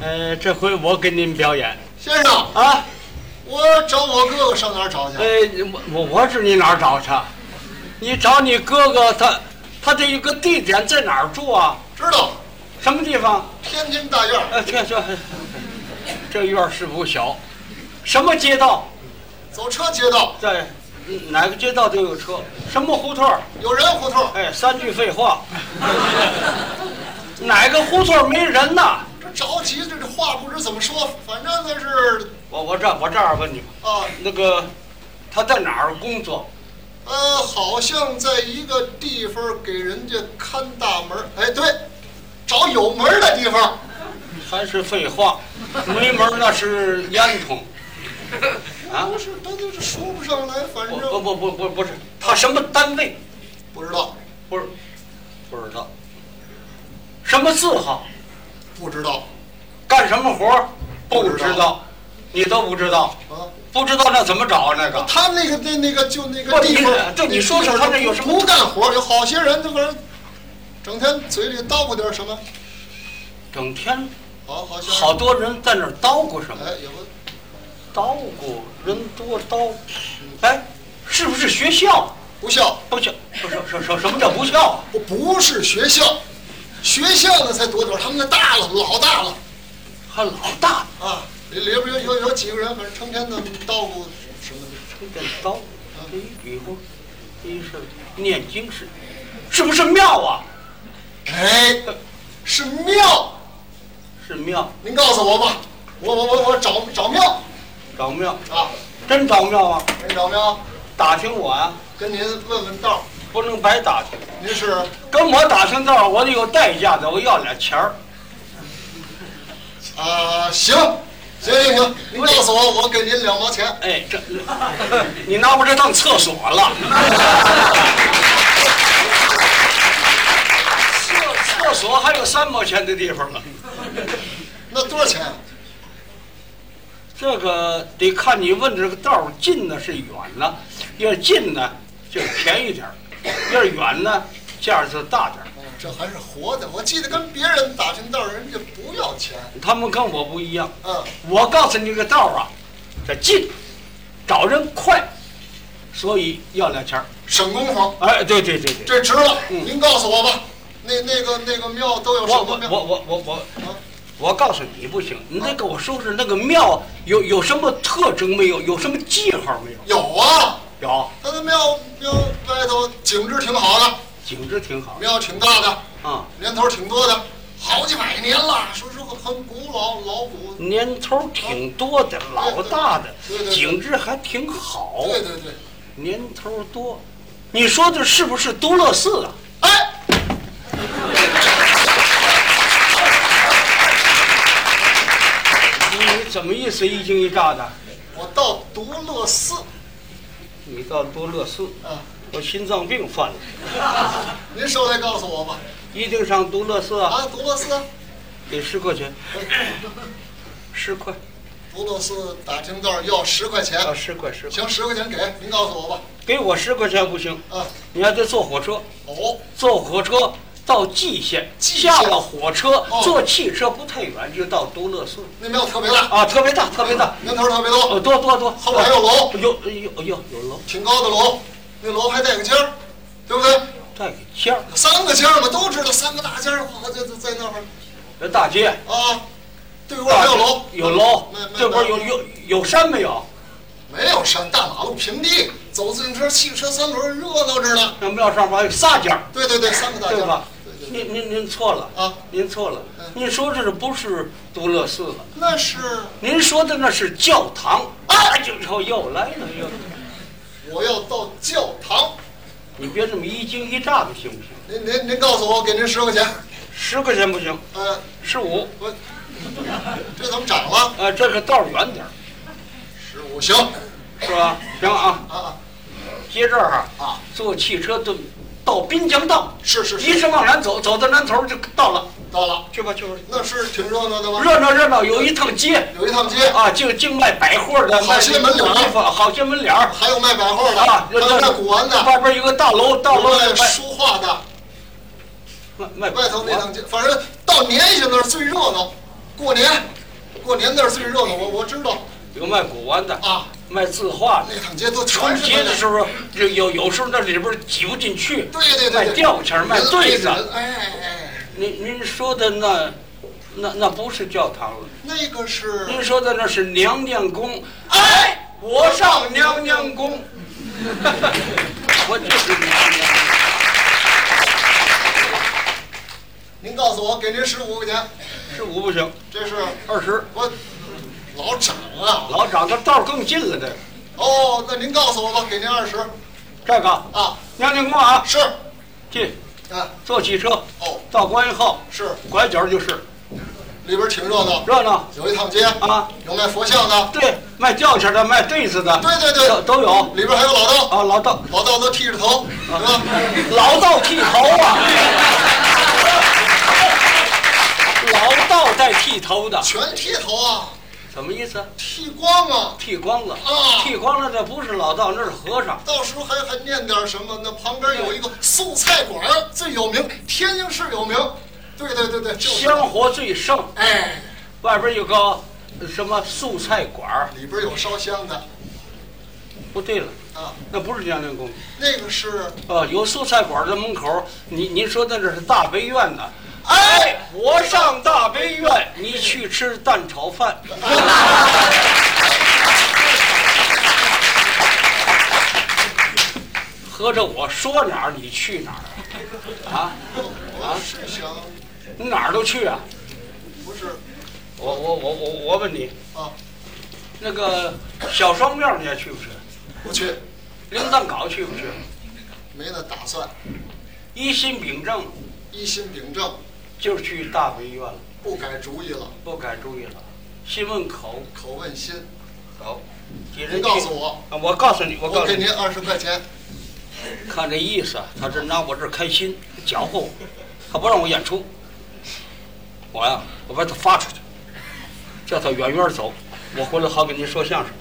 呃，这回我给您表演先生，啊。我找我哥哥上哪儿找去？呃，我我我知你哪儿找去？你找你哥哥他，他这一个地点在哪儿住啊？知道，什么地方？天津大院儿，呃，这这这院儿是不小，什么街道？走车街道，在哪个街道都有车，什么胡同儿？有人胡同，哎，三句废话。 哪个胡同没人呢？这着急，这这话不知怎么说，反正那是我我这我这样问你吧，啊，那个他在哪儿工作？呃，好像在一个地方给人家看大门儿，哎，对，找有门儿的地方，还是废话，没门儿那是烟筒。啊不是，他就是说不上来，反不不正不不不不是，他什么单位？不知道，不是，不知道。什么字号？不知道干什么活儿？不知道知道，你都不知道，啊。不知道那怎么找啊？那个他那个那那个就那不个地你方，对你说说他这有什么不干活儿？有好些人，他反正整天嘴里叨咕点儿什么，整天好好些人好，多人在那儿叨咕什么，哎，有个叨咕人多叨，哎，是不是学校？不孝，不孝，不是什什什么叫不孝啊？不不是学校，学校那才多点儿，他们那大了，老大了还老大啊！里里边有有有几个人，反正成天的叨咕什么的，这个叨，这一比划，一是念经是，是不是庙啊？哎，是庙，是庙，您告诉我吧，我我我我找找庙找庙，啊，真找庙啊？您找庙，打听我啊，跟您问问道儿，不能白打听。您是跟我打听道儿，我得有代价的，我要俩钱儿。啊，行，行行行，您告诉我，我给您两毛钱。哎，这 你拿我这当厕所了？ 厕厕所还有三毛钱的地方呢。那多少钱啊？这个得看你问这个道儿近呢是远呢，要近呢就便宜点儿，要是远呢价儿就大点儿。哦这还是活的。我记得跟别人打听道，人家不要钱。他们跟我不一样，嗯，我告诉你这个道儿啊，这近，找人快，所以要俩钱儿。省功夫，哎，对对对对。这值了。嗯您告诉我吧，那那个那个庙都有什我么我庙？我我我我啊，我告诉你不行，你得给我说说那个庙有有什么特征没有？有什么记号没有？有啊，有，他的庙庙外头景致挺好的，景致挺好庙挺大的，啊，年头挺多的，好几百年了，说说很古老老古。年头挺多的，老大的对对，对景致还挺好，对对对，年头多。你说的是不是都乐寺啊？哎，你怎么意思一惊一乍的？我到独乐寺你到都乐寺，啊，我心脏病犯了，您手来告诉我吧。一定上都乐寺啊，啊，独乐寺， 给十块钱，十块独乐寺打听道要十块钱。啊，十块十块，行，十块钱给您，告诉我吧。给我十块钱不行。啊，你还得坐火车，哦，坐火车到蓟县，蓟县下了火车哦坐汽车不太远就到都乐寺那庙特别大，啊，特别大，特别大，年头特别多，呃，多多多，后边还有楼，有哎有有有楼挺高的楼，那楼还带个尖儿，对不对？带个尖儿，有三个尖儿嘛，都知道三个大尖儿，哇，在在在那会儿这大街，啊，对过还有楼，有楼没没，这边有有有山没有？没有山，大马路平地，走自行车、汽车、三轮热闹着呢。那庙上面还有仨尖儿，对对对，三个大尖对儿吧，对？对对，您您您错了啊您错了，嗯您说这不是都乐寺了？那是您说的那是教堂啊！就说又来了又来了，我要到教堂，你别这么一惊一乍的行不行？您您您告诉我，给您十块钱，十块钱不行，呃，十五，我这怎么涨了？呃，这个道儿远点儿，啊十五行是吧？行啊，啊接这儿啊啊，坐汽车到到滨江道，是是一是，直往南走，走到南头就到了，到了，去吧去吧，那是挺热闹的吧？热闹热闹，有一趟街有一趟街，啊，净净卖百货的，好些门脸儿卖衣服，好些门脸儿还有卖百货的，啊，还有卖古玩的，外边有个大楼，大有楼卖卖书画的。卖卖外头那趟街，反正到年下那儿最热闹。过年，过年那儿最热闹，我我知道有卖古玩的，啊，卖字画的。那趟街都春全是节这的时个。候，有有有时候那里边挤不进去，对对对对，卖吊钱儿卖对子。人哎哎，您您说的那，那那不是教堂了，那个是您说的那是娘娘宫。哎，我上娘娘宫， 我就是娘娘。您告诉我，给您十五块钱，十五不行，这是二十我老涨啊！老长这道儿更近了，这个哦，那您告诉我吧，给您二十这个啊，娘娘宫啊，是进啊，坐汽车哦到观音号是，拐角就是里边挺热闹，热闹有一趟街啊。有卖佛像的，对，卖吊钱的，卖对子的，对对都对，都有里边还有老道，啊。老道老道都剃着头，是吧？老道剃头啊， 老道带剃头的，全剃头啊，什么意思？剃光啊，剃光了啊剃光了，这不是老道，那是和尚。到时候还还念点什么？那旁边有一个素菜馆儿最有名，天津市有名。对对对对，就是香火最盛，哎，外边有个什么素菜馆儿里边有烧香的不对了，啊，那不是娘娘宫。那个是哦，有素菜馆儿在门口，您您说的这是大悲院呢？哎，我上大悲院，你去吃蛋炒饭。 合着我说哪儿你去哪儿啊？我是想你哪儿都去啊？不是我我我我我问你，啊，那个小双庙你还去不去？不去，铃铛镐去不去？没那打算，一心秉正一心秉正，就是去大悲院了，不改主意了，不改主意了。新问口口问心。口，几人您告诉我，啊，我告诉你，我告我诉给你，您二十块钱，看这意思啊，他是拿我这儿开心，搅和我，他不让我演出，我呀、我把他发出去，叫他远远走，我回来好给您说相声。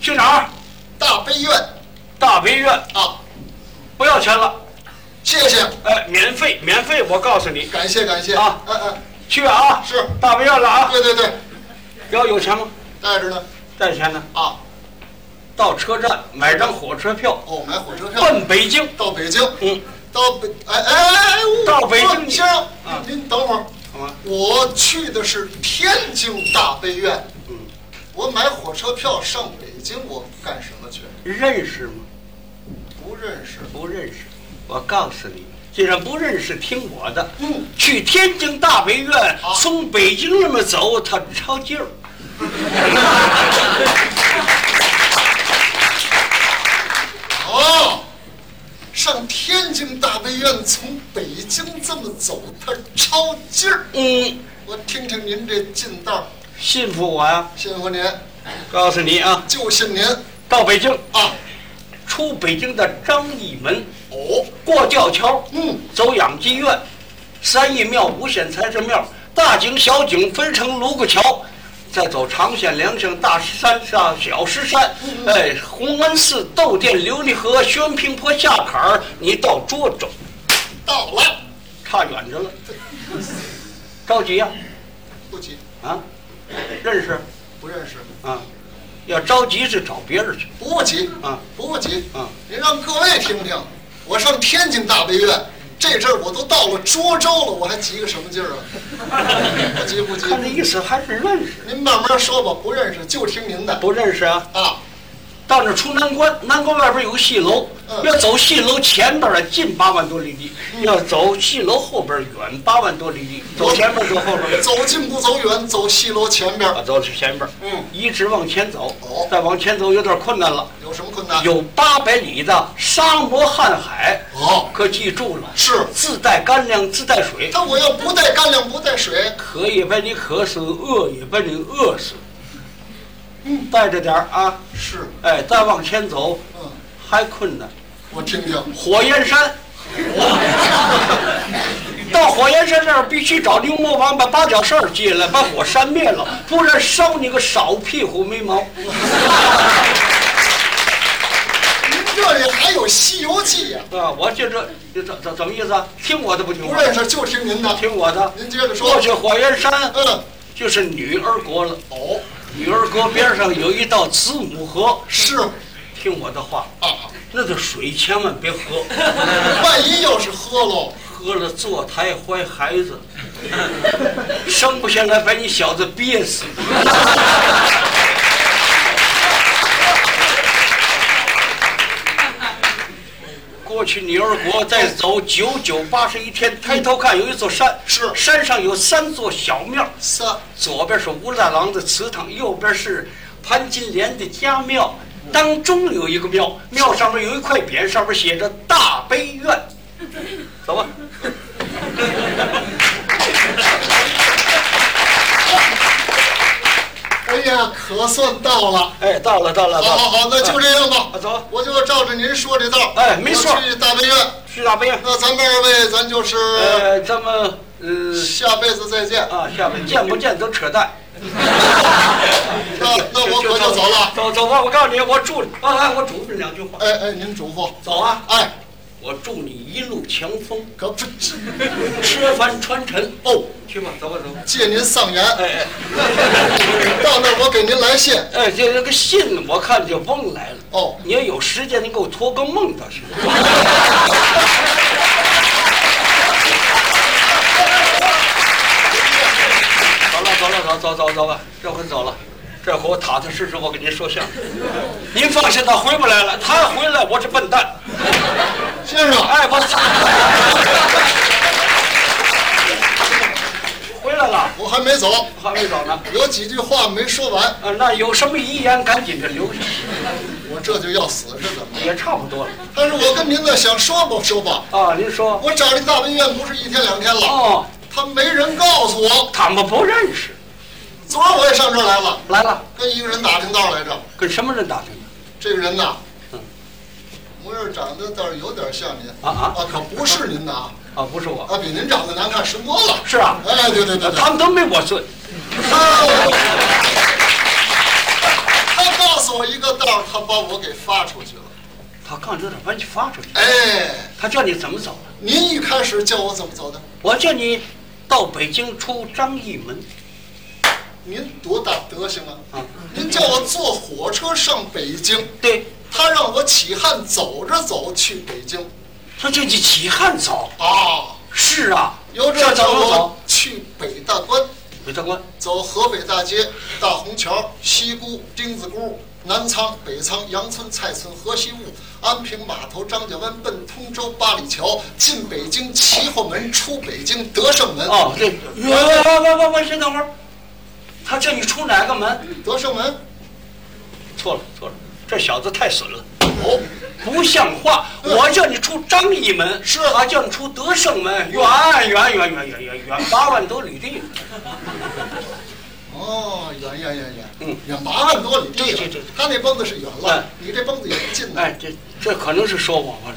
去哪儿？大悲院大悲院，啊，不要钱了，谢谢，哎，免费，免费，我告诉你，感谢感谢啊哎哎，去啊，是，大悲院了啊，对对对，要有钱吗？带着呢带钱呢？啊，到车站买张火车票，哦，买火车票。奔北京。到北京，嗯，到北，哎哎哎哎，我到北京先生啊，您您等会儿，好吗？我去的是天津大悲院，嗯，我买火车票上北京，我干什么去？认识吗？不认识，不认识。我告诉你，既然不认识，听我的。嗯，去天津大悲院啊，从北京那么走，他抄近儿。哦，上天津大悲院，从北京这么走，他抄近儿。嗯，我听听您这近道儿，信服我呀、啊信服您，告诉你啊，就信您到北京，啊。出北京的张义门，哦，过吊桥，嗯，走养鸡院，三义庙、五显财神庙、大井、小井分成卢沟桥，再走长县、梁县、大石山、上小石山，嗯哎，洪恩寺、窦店、琉璃河、宣平坡下坎儿，你到涿州，到了，差远着了，着急呀、不急，啊？认识不认识，啊？要着急是找别人去不急。啊不急，啊！您让各位听听，我上天津大悲院这阵儿我都到了涿州了，我还急个什么劲儿啊？啊不急不急，看这意思还是认识，您慢慢说吧，不认识就听您的不认识啊？啊。到那出南关，南关外边有个戏楼，嗯要走戏楼前边儿啊近八万多里地，要走戏楼后边儿远八万多里地，走前边儿走后边儿，走近不走远，走西楼前边啊儿，走是前边儿，嗯一直往前走哦，再往前走有点困难了，有什么困难？有八百里的沙漠瀚海，哦，可记住了，是。自带干粮，自带水，但我要不带干粮，不带水，渴也把你渴死，饿也把你饿死，嗯，带着点儿啊，是，哎，再往前走嗯，还困难，我听听，火焰 山。到火焰山那儿必须找牛魔王把八角扇儿借来，把火扇灭了，不然烧你个少屁股没毛。您这里还有《西游记》呀？啊，我就这这这怎怎么意思啊？听我的不听不我认的，识就听您的，听我的。您接着说过。去火焰山嗯，就是女儿国了。哦，女儿国边上有一道子母河，是听我的话，啊，那个水千万别喝， 万一要是喝喽，喝了坐台怀孩子， 生不下来把你小子憋死。 过去女儿国再走九九八十一天，抬头看有一座山，是山上有三座小庙，三左边是武大郎的祠堂，右边是潘金莲的家庙，当中有一个庙，庙上面有一块匾，上面写着“大悲院”。走吧，哎呀，可算到了。哎，到了，到了，好到了。好好，那就这样吧啊。走我就照着您说这道。哎没错我去大悲院。去大悲院。那咱们二位，咱就是呃，咱们呃下辈子再见。啊，下面见不见都扯淡。那那我可就走了。走走吧，我告诉你，我祝你啊，哎我嘱咐你两句话。哎哎，您嘱咐。走啊，哎，我祝你一路强风，可 不是吃饭穿尘。哦，去吧，走吧，走吧。借您丧言，哎到那儿我给您来信。哎哎，这这个信我看就甭来了。哦，你要有时间，你给我托个梦倒行。 走了，走了，走走走走吧，这回走了。这回我踏踏实实，我给您说相声。您放心，他回不来了。他回来，我是笨蛋。先生，哎，我操！ 回来了，我还没走，还没走呢。有几句话没说完，啊，那有什么遗言，赶紧的留下，我这就要死似的。也差不多了。但是我跟您呢，想说吧说吧，啊，您说。我找这大医院不是一天两天了，哦，他没人告诉我。他们不认识。昨儿我也上这儿来了，来了，跟一个人打听道来着。跟什么人打听的？这个人呐嗯，模样长得倒是有点像您啊啊可不是您呐，啊，不是我，啊，比您长得难看十多了。是啊，哎，对对对对，他们都没我顺。他他告诉我一个道儿，他把我给发出去了。他刚才把你发出去，哎，他叫你怎么走了？您一开始叫我怎么走的？我叫你到北京出张义门。您多大德行啊啊！您叫我坐火车上北京，对，他让我起汉走着走去北京他叫你起汉走。啊。是啊，由这这儿叫怎么我走？去北大关，韦大官，走河北大街、大红桥、西沽、丁字沽、南仓、北仓、杨村、蔡村、河西坞、安平码头、张家湾，奔通州八里桥，进北京齐后门，出北京德胜门。哦，对，喂喂喂喂喂，先等会儿。他叫你出哪个门？ 德胜门，错了错了，这小子太损了，哦，不像话！我叫你出张义门，嗯是嗯他叫你出德胜门，远远远远远远远八万多里地。哦，远远远远，嗯远八万多里地对了。对对他那蹦子是远了哎，你这蹦子也近呢。哎，这这可能是说我吧，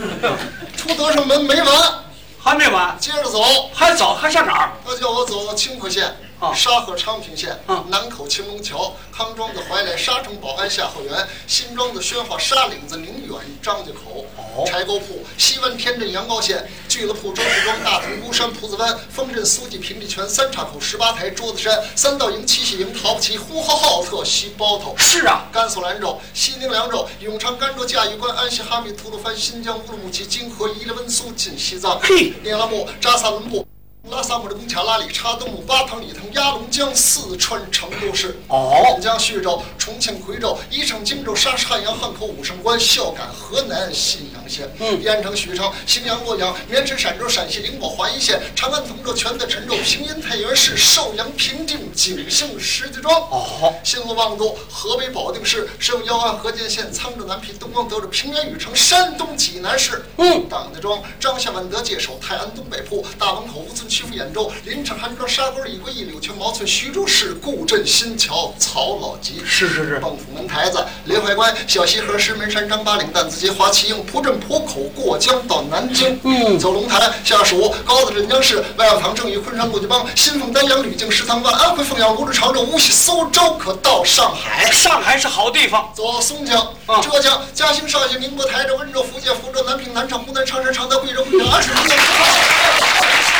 这 个出德胜门没完，还没完，接着走，还早，还上哪儿？他叫我走清河县啊、沙河昌平县啊、南口青龙桥、康庄的怀来、沙城保安下后园、新庄的宣化、沙岭子、宁远、张家口、哦柴沟铺、西湾天镇阳高县、聚乐铺、周家庄、大同、孤山、蒲子湾、丰镇、苏记、平地泉、三岔口、十八台、桌子山、三道营、七喜营、陶不齐、呼和浩特、西包头。是啊，甘肃兰州、西宁凉州、永昌甘州、驾驭关、安西哈密、吐鲁番、新疆乌鲁木齐、金河、伊犁温苏、进西藏、嘿聂拉木、扎萨伦布、拉萨木的贡卡拉里、查登木、巴塘、里腾、鸭绿江、四川成都市。哦锦，江、叙州、重庆、夔州、宜昌、荆州、沙市、汉阳、汉口、武胜关、孝感、河南信阳县、嗯盐城、许昌、荥阳、洛阳、绵池、陕州、陕西宁波、华阴县、长安、同州、全在陈州、平阴、太原市、寿阳、平定、景兴、石家庄。哦，新罗望都、河北保定市、沈阳安、河间县、沧州南皮、东光德州、平原禹城、山东济南市、嗯党家庄、张夏万德、界首、泰安东北铺、大王口、吴村、曲阜、兖州、临城、韩庄、沙沟、一归、一柳泉、毛村、徐州市、固镇、新桥、曹老集。是是是，蚌埠门台子、临淮关、小西河、石门山、张八岭、担子街、华旗营、蒲镇、浦口、过江到南京，嗯走龙潭、下属、高子镇江市、外药堂、正义、昆山、顾家帮、新丰、丹阳、吕泾、石塘关、安徽凤阳、泸州、常州、无锡、苏州，可到上海。哎，上海是好地方，走松江、啊浙江、嘉兴、绍兴、宁波、台州、温州、福建、福州、南平、南昌、湖南、长沙、常德、贵州、贵阳、安顺、湖南、湖北、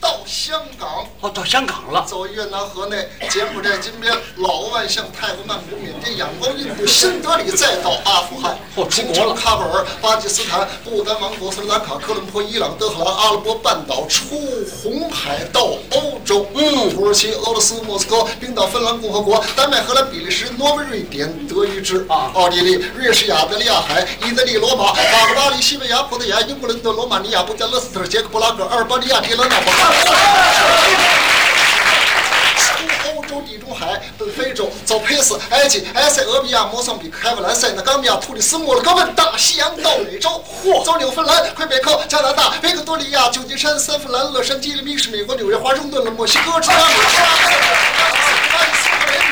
到香港，哦，到香港了。走越南、河内、柬埔寨、金边、老万象、泰国曼谷、缅甸、仰光、印度、新德里，再到阿富汗哦，出京国了城、喀布尔、巴基斯坦、不丹王国、斯里兰卡、科伦坡、伊朗、德黑兰、阿拉伯半岛，出红海到欧洲，嗯土耳其、俄罗斯、莫斯科、冰岛、芬兰共和国、丹麦、荷兰、比利时、挪威、瑞典、德意志、啊奥地利、瑞士、亚得利亚海、意大利、罗马、法国巴黎、西班牙、葡萄牙、英国伦敦、罗马尼亚、布加勒斯特、捷克布拉格、阿尔巴尼亚、迪兰纳堡。出欧洲地中海，奔非洲，走佩斯、埃及、埃塞俄比亚、摩桑比克、开普兰、塞纳、冈比亚、突尼斯、摩洛哥、问大西洋到美洲，嚯，走纽芬兰、魁北克、加拿大、维克多利亚、旧金山、三藩兰、洛杉矶、密什美国纽约、华盛顿了、墨西哥、芝加哥、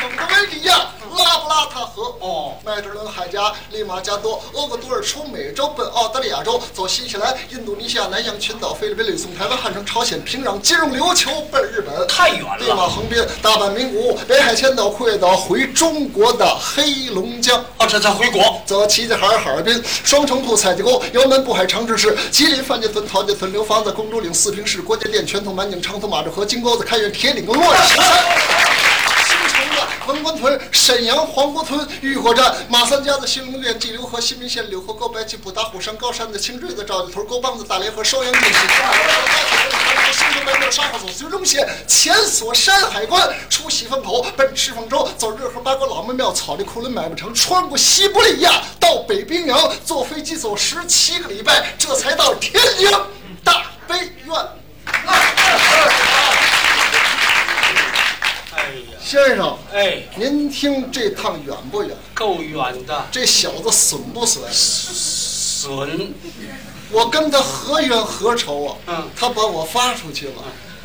蒙哥维利亚、拉布拉塔河。哦麦哲伦海峡、利马加多、厄瓜多尔出美洲奔澳大利亚州，走新西兰、印度尼西亚、南洋群岛、菲律宾、吕宋、台湾、汉城、朝鲜、平壤，金融琉球奔日本，太远了对吧？横滨、大阪、名古屋、北海千岛、库页岛，回中国的黑龙江。哦，这才回国。走齐齐哈尔、哈尔滨、双城铺、采集沟、油门布海、长治市、吉林范家屯、陶家屯、刘房子、公主岭、四平市、郭家店、全头、满井、长头、马志河、金沟子、开原、铁岭、洛阳石山。新城的文官屯、沈阳黄姑屯、玉火站、马三家子、新隆店、济留河、新民县柳河沟、白旗浦、打虎山、高山子、青锥子、赵家屯、沟帮子、大连河、邵阳镇、喜马拉雅山、新城白庙、沙河所、绥中县、前所山海关，出喜风口，奔赤峰州，走热河八国老门庙、草地库伦买卖城，穿过西伯利亚到北冰洋，坐飞机走十七个礼拜，这才到天津大悲院。哎呀，先生，哎，您听这趟远不远？够远的，这小子损不损？损。我跟他何冤何仇啊？嗯他把我发出去了，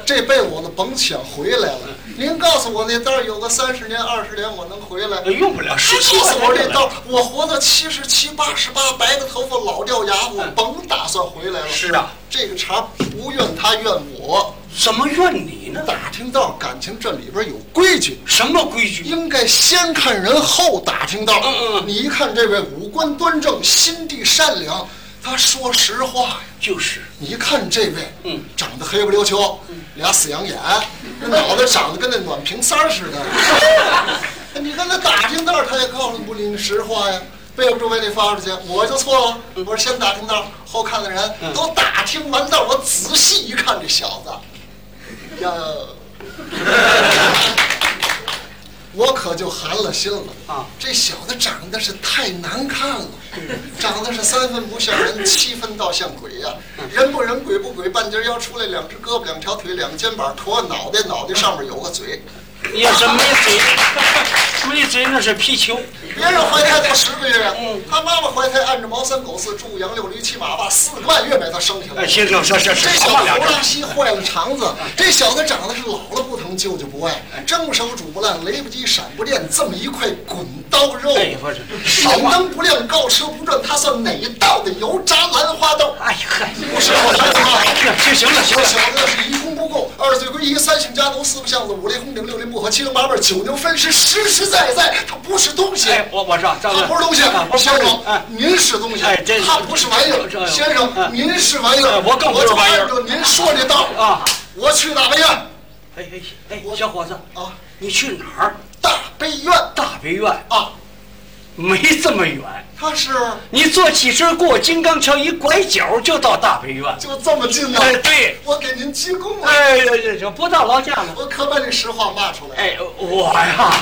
这辈子我都甭想回来了。嗯您告诉我那道儿有个三十年、二十年，我能回来？呃用不了十七告岁诉哎我这道儿，我活到七十七、八十八，白个头发老掉牙，我甭打算回来了。嗯是啊，这个茬儿不怨他怨我。怎么怨你呢？打听道儿感情这里边有规矩，什么规矩？应该先看人后打听道。嗯嗯你一看这位五官端正，心地善良，他说实话呀。就是你一看这位，嗯长得黑不溜秋，俩死羊眼，那脑袋长得跟那暖瓶塞儿似 的。你跟他打听道儿，他也告诉你不临实话呀。背不住被你发出去，我就错了。嗯我说先打听道儿，后看的人。都打听完道儿，我仔细一看，这小子，呀，我可就寒了心了啊这小子长得是太难看了，长得是三分不像人，七分倒像鬼呀、人不人，鬼不鬼，半截腰出来，两只胳膊，两条腿，两个肩膀，驼个脑袋，脑袋上面有个嘴。你要是没 嘴，没嘴那是皮球。别人怀胎才十个月呀嗯，他妈妈怀胎按着毛三狗四猪羊六驴七马八四个半月把他生下来哎，。先生，这这这这小什子么头两拉个？稀坏了肠子，这小子长得是老了不疼，舅舅不爱，蒸熟煮不烂，雷不及闪不电，这么一块滚刀肉，哎不是闪灯不亮，高车不转，他算哪道的油炸兰花豆？哎呀嗨，不是我孩子吗？行行了行小了，小子是一功不够，二岁归一，三姓家奴，四不巷子，五雷轰顶，六雷不合，七零八辈，九牛分尸，实实在在，他不是东西。哎，我我说，张他不是东西啊，不是先东生西，哎，您是东西啊哎这，他不是玩意这这儿，先生哎，您是玩意儿哎，我更不是就玩意儿按照您说这道儿啊，我去大悲院哎哎哎，小伙子，啊，你去哪儿？大悲院大悲院啊，没这么远，他是你坐汽车过金刚桥一拐角就到大悲院。就这么近呢哎，对，哎我给您鞠躬了，哎呀，这这不到劳驾了。哎我可把这实话骂出来了。哎，我呀，